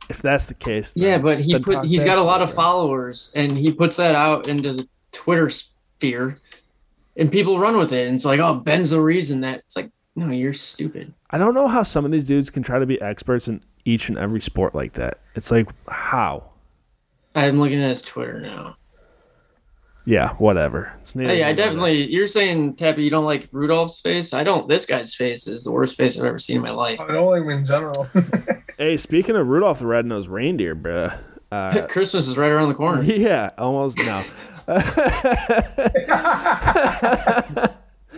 A: if that's the case, then-
B: Yeah, but he
A: then
B: put
A: talk
B: he's got a lot of
A: basketball,
B: followers, and he puts that out into the Twitter sphere, and people run with it. And it's like, oh, Ben's the reason that it's like, no, you're stupid.
A: bro. I don't know how some of these dudes can try to be experts in each and every sport like that. It's like how.
B: I'm looking at his Twitter now.
A: Yeah, whatever. It's neither
B: Hey,
A: here
B: I
A: nor there.
B: definitely. You're saying Tappy, you don't like Rudolph's face. I don't. This guy's face is the worst face I've ever seen in my life.
C: I don't like him in general.
A: Hey, speaking of Rudolph the Red-Nosed Reindeer, bruh. Uh,
B: Christmas is right around the corner.
A: yeah, almost no.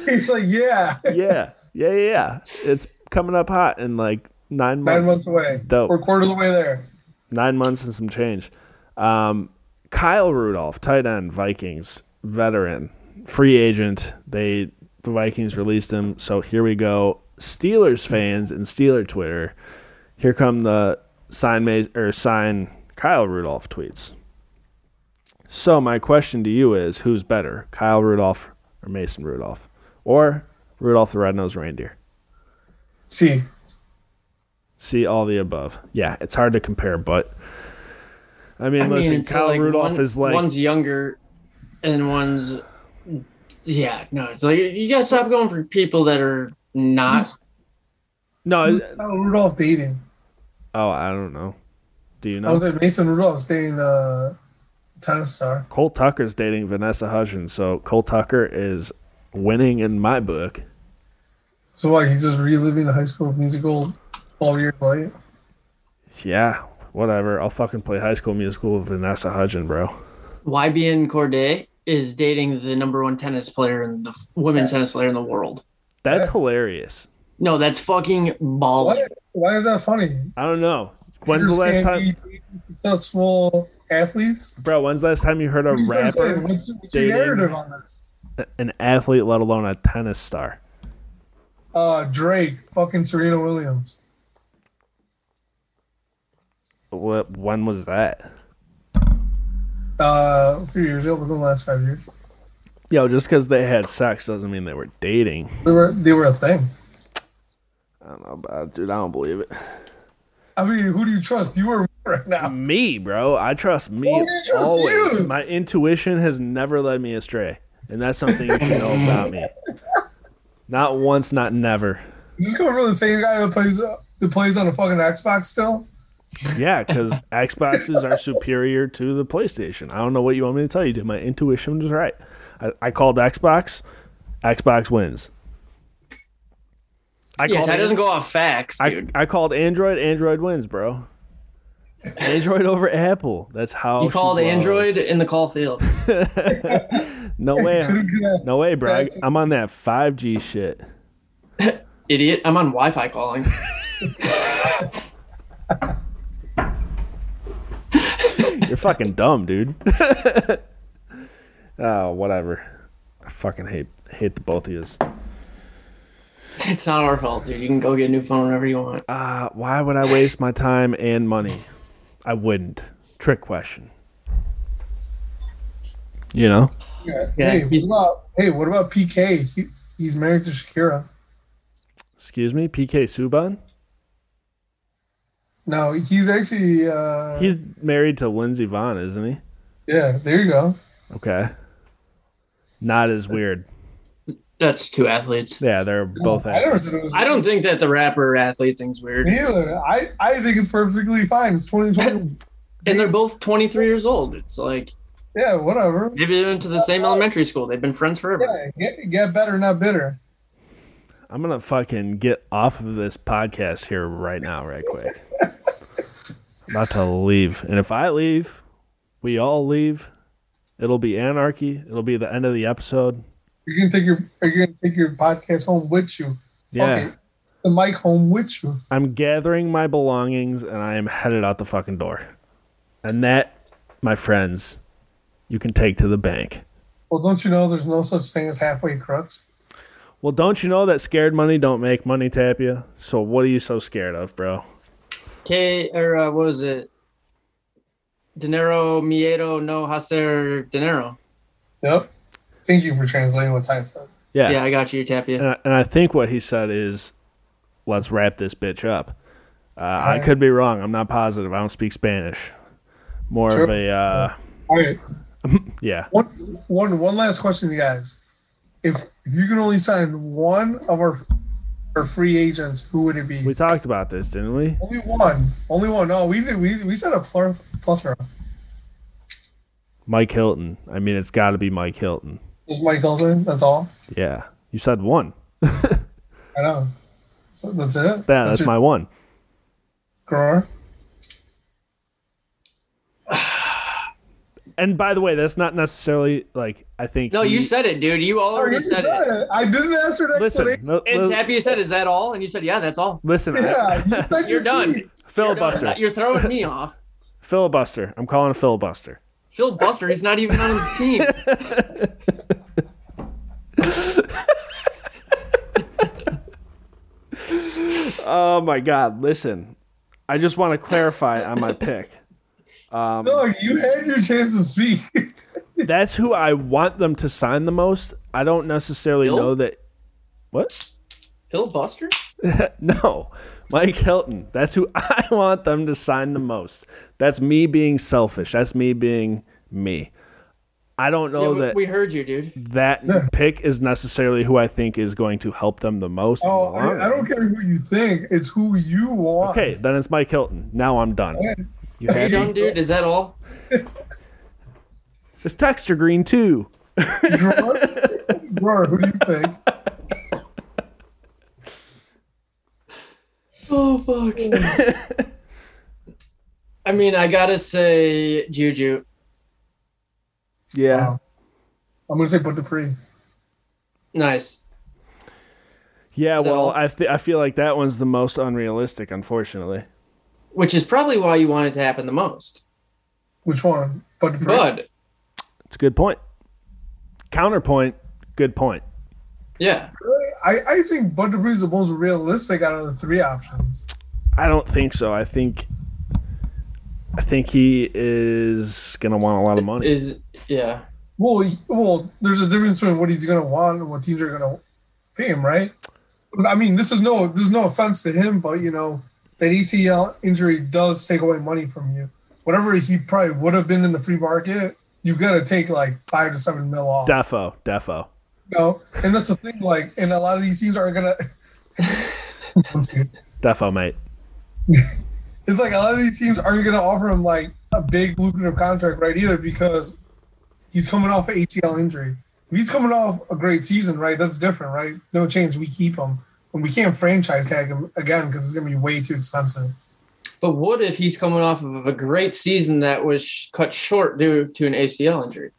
C: He's like, yeah,
A: yeah, yeah, yeah, yeah. It's coming up hot in like nine months.
C: nine months away.
A: It's dope.
C: We're quarter of the way there.
A: Nine months and some change. Um, Kyle Rudolph, tight end, Vikings veteran, free agent. They the Vikings released him. So here we go, Steelers fans and Steeler Twitter. Here come the sign ma or sign Kyle Rudolph tweets. So my question to you is, who's better, Kyle Rudolph or Mason Rudolph, or Rudolph the Red-Nosed Reindeer?
C: See,
A: See all the above. Yeah, it's hard to compare, but I mean,
B: I mean,
A: listen,
B: it's
A: Kyle
B: like
A: Rudolph
B: one-
A: is like
B: one's younger, and one's yeah. No, it's like you gotta stop going for people that are not.
A: no. is-
C: Kyle Rudolph dating.
A: Oh, I don't know. Do you
C: I was
A: know?
C: at Mason Rudolph dating uh, tennis star.
A: Cole Tucker's dating Vanessa Hudgens, so Cole Tucker is winning in my book.
C: So what? He's just reliving the High School Musical twelve years late.
A: Yeah, whatever. I'll fucking play High School Musical with Vanessa Hudgens, bro.
B: YBN Corday is dating the number one tennis player and the f- women's tennis player in the world.
A: That's
C: Yes.
A: hilarious.
B: No, that's fucking balling.
C: Why? Why is that funny?
A: I don't know. When's the
C: Peter
A: last time,
C: Stanley dating successful athletes?
A: bro? When's the last time you heard a
C: What are you saying?
A: rapper,
C: What's, what's your
A: dating-
C: narrative on this?
A: an athlete, let alone a tennis star?
C: Uh, Drake, fucking Serena Williams.
A: What? When was that?
C: Uh, a few years ago, within the last five years,
A: Yo, just because they had sex doesn't mean they were dating.
C: they were they were a thing.
A: I don't know about it, dude. I don't believe it.
C: I mean, who do you trust? You or me right now?
A: Me, bro. I trust me
C: Well, you trust
A: always.
C: you.
A: My intuition has never led me astray, and that's something you should know about me. Not once, not never.
C: Is this coming from the same guy that plays uh, that plays on the fucking Xbox still?
A: Yeah, because Xboxes are superior to the PlayStation. I don't know what you want me to tell you, dude. My intuition was right. I, I called Xbox. Xbox wins. I
B: yeah,
A: called
B: that
A: Android.
B: doesn't go off facts,
A: I,
B: dude.
A: I called Android. Android wins, bro. Android over Apple. That's how
B: you
A: she
B: called
A: blows.
B: Android in the call field.
A: No way,
C: Couldn't get a-
A: no way, bro. I, I'm on that 5G shit.
B: Idiot. I'm on Wi Fi calling.
A: You're fucking dumb, dude. oh, whatever. I fucking hate hate the both of yous.
B: it's not our fault, dude. You can go get a new phone whenever you want.
A: Uh, why would I waste my time and money? I wouldn't. Trick question. You know?
B: Yeah,
C: hey, what
B: he's-
C: about, hey, what about PK? He, he's married to Shakira.
A: Excuse me, PK Subban.
C: No, he's actually. Uh,
A: He's married to Lindsey Vaughn, isn't he?
C: yeah, there you go.
A: Okay. Not as weird.
B: That's two athletes.
A: Yeah, they're both.
C: I never said it was.
B: I don't think that the rapper athlete thing's weird.
C: Me either. I, I think it's perfectly fine. It's 2020.
B: And they're both 23 years old. It's like
C: yeah, whatever.
B: they've been to the same elementary school. They've been friends forever.
C: Yeah, get, get better, not bitter.
A: I'm gonna fucking get off of this podcast here right now, right quick. I'm about to leave, and if I leave, we all leave. It'll be anarchy. It'll be the end of the episode.
C: You're gonna take your you're gonna take your podcast home with you. Fuck
A: Yeah.
C: it. The mic home with you.
A: I'm gathering my belongings and I am headed out the fucking door. And that, my friends, you can take to the bank.
C: Well, don't you know there's no such thing as halfway crooks?
A: Well, don't you know that scared money don't make money, Tapia? So what are you so scared of, bro?
B: K or uh, what was it? Dinero miedo no hacer dinero.
C: Yep. Thank you for translating what Ty said.
A: Yeah.
B: Yeah, I got you, Tapia.
A: And, I, and I think what he said is, let's wrap this bitch up. Uh, I
C: Right.
A: could be wrong. I'm not positive. I don't speak Spanish. More of
C: Sure.
A: a, uh,
C: All right.
A: yeah.
C: One one one last question, you guys. If if you can only sign one of our our free agents, who would it be?
A: We talked about this, didn't we?
C: Only one. Only one. No, we did- we we said a plur- plethora.
A: Mike Hilton. I mean, it's got to be Mike Hilton.
C: Just Mike Hilton. That's all.
A: Yeah. You said one.
C: I know. So that's it.
A: That, that's
C: your
A: my one.
C: drawer.
A: And by the way, that's not necessarily like I think.
B: No,
A: he-
B: you said it, dude. Oh, You
C: I
B: already
C: already
B: said
C: said
B: it.
C: it. I didn't answer that.
A: Listen, no-
B: And
A: li-
B: Tapia said, "Is that all?" And you said, "Yeah, that's all."
A: listen, I-
C: Yeah, you said
B: You're
C: your
B: done. uh,
C: piece.
A: filibuster,
B: You're throwing me off.
A: filibuster. I'm calling a filibuster.
B: Phil Buster, he's not even on the team.
A: Oh my god, listen, I just want to clarify on my pick.
C: No, you had your chance to speak.
A: That's who I want them to sign the most. I don't necessarily
B: Bill?
A: know that. What?
B: Phil Buster?
A: No, Mike Hilton. That's who I want them to sign the most. That's me being selfish. That's me being me. I don't know
B: we,
A: that
B: we heard you, dude.
A: that pick is necessarily who I think is going to help them the most. in the
C: oh,
A: long
C: I, I
A: run.
C: don't care who you think. It's who you want.
A: Okay, then it's Mike Hilton. Now I'm done. You
B: You
A: happy?
B: done, dude? Is that all?
A: This texture green too.
C: Drawer, drawer, who do you think?
B: Oh fuck. I mean, I gotta say, Juju.
A: Yeah.
C: Wow. Um, I'm gonna say put Dupree.
B: Nice.
A: Yeah,
B: Is that
A: well,
B: all?
A: I, th- I feel like that one's the most unrealistic, unfortunately.
B: Which is probably why you want it to happen the most.
C: Which one? Bud Dupree.
B: Bud.
A: It's a good point. Counterpoint, good point.
B: Yeah.
C: Really? I, I think Bud Dupree is the most realistic out of the three options.
A: I don't think so. I think I think he is going to want a lot of money.
B: Is yeah.
C: Well, he- well, there's a difference between what he's gonna want and what teams are gonna pay him, right? I mean, this is no this is no offense to him, but you know that ACL injury does take away money from you. Whatever he probably would have been in the free market, you gotta take like five to seven mil off.
A: Defo, defo.
C: You know? and that's the thing. Like, and a lot of these teams aren't gonna. it's
A: Defo, mate.
C: like a lot of these teams aren't gonna offer him like a big lucrative contract, right? Either because he's coming off an ACL injury. If he's coming off a great season, right? That's different, right? No chance we keep him, and we can't franchise tag him again because it's gonna be way too expensive.
B: But what if he's coming off of a great season that was sh- cut short due to an ACL injury?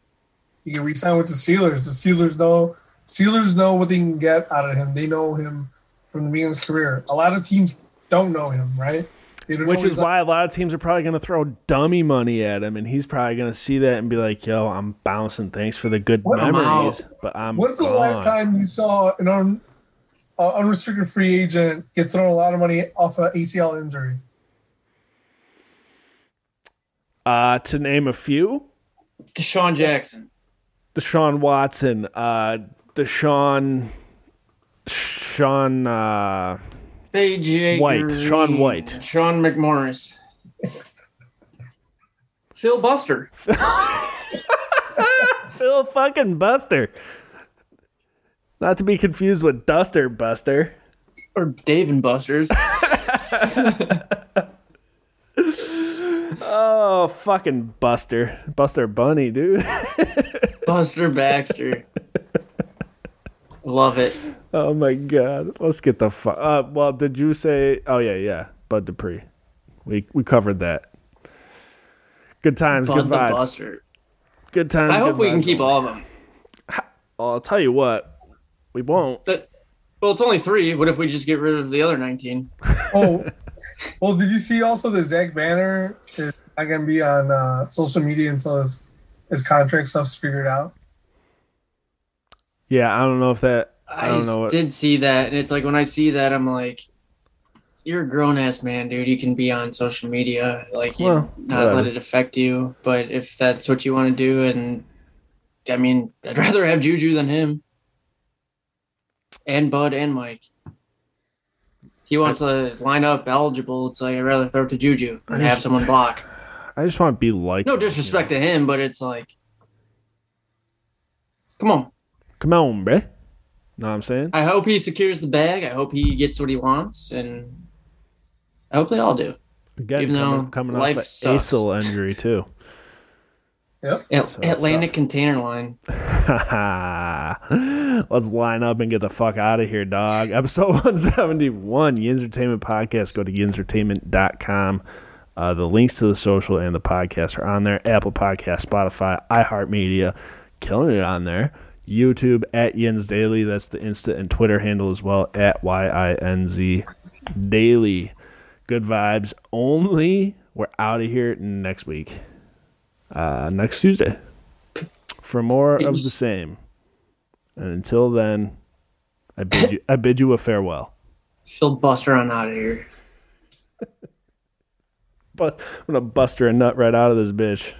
C: He can resign with the Steelers. The Steelers know Steelers know what they can get out of him. They know him from the beginning of his career. A lot of teams don't know him, right? They don't know
A: Which
C: what
A: is
C: he's
A: why a lot of teams are probably going to throw dummy money at him, and he's probably going to see that and be like, "Yo, I'm bouncing. Thanks for the good
C: What- I'm
A: memories, but I'm
C: When's the
A: gone."
C: last time you saw an un, uh, unrestricted free agent get thrown a lot of money off an ACL injury?
A: Uh, to name a few,
B: Deshaun Jackson.
A: Deshaun Watson, uh, Deshaun, Sean, uh,
B: AJ
A: White, Sean White.
B: Sean McMorris, Phil Buster.
A: Phil fucking Buster. Not to be confused with Duster Buster.
B: Or Dave and Buster's.
A: Oh, fucking Buster. Buster Bunny, dude.
B: Buster Baxter. Love it.
A: Oh my god. Let's get the fu- uh well, did you say Oh yeah, yeah. Bud Dupree. We we covered that. Good times,
B: Bud
A: good
B: the
A: vibes.
B: Buster.
A: Good times.
B: I
A: good
B: hope we
A: vibes.
B: can
A: Oh,
B: keep all of them.
A: I'll tell you what. We won't.
B: But, well, it's only three. What if we just get rid of the other 19?
C: Oh, well, did you see also that Zach Banner is not going to be on uh, social media until his, his contract stuff's figured out?
A: Yeah, I don't know if that I
B: I,
A: don't
B: s-
A: know what-
B: did see that, and it's like when I see that, I'm like, "You're a grown ass man, dude. You can be on social media, like, you
A: Well,
B: not let
A: whatever.
B: it affect you. But if that's what you want to do, and I mean, I'd rather have Juju than him, and Bud and Mike. He wants to line up eligible. It's like I'd rather throw it to Juju and
A: I
B: have
A: just-
B: someone block.
A: I just want to be like
B: No disrespect to him, but it's like, come on.
A: Come on, bruh. Know what I'm saying?
B: I hope he secures the bag. I hope he gets what he wants, and I hope they all do.
A: Again,
B: even though
A: coming, coming
B: life
A: off an
B: sucks.
A: ACL injury too.
B: At-
A: So that's
B: Atlantic
A: tough.
B: Container Line.
A: Let's line up and get the fuck out of here, dog. Episode 171, the Entertainment Podcast. Go to yinzertainment.com. Uh, the links to the social and the podcast are on there. Apple Podcast, Spotify, iHeartMedia, killing it on there. YouTube at Yinz Daily. That's the Insta and Twitter handle as well at Y I N Z Daily. Good vibes only. We're out of here next week. Uh, next Tuesday for more of the
B: Peace.
A: same. And until then, I bid you I bid you a farewell.
B: Phil Buster on out of here.
A: But I'm gonna bust her a nut right out of this bitch.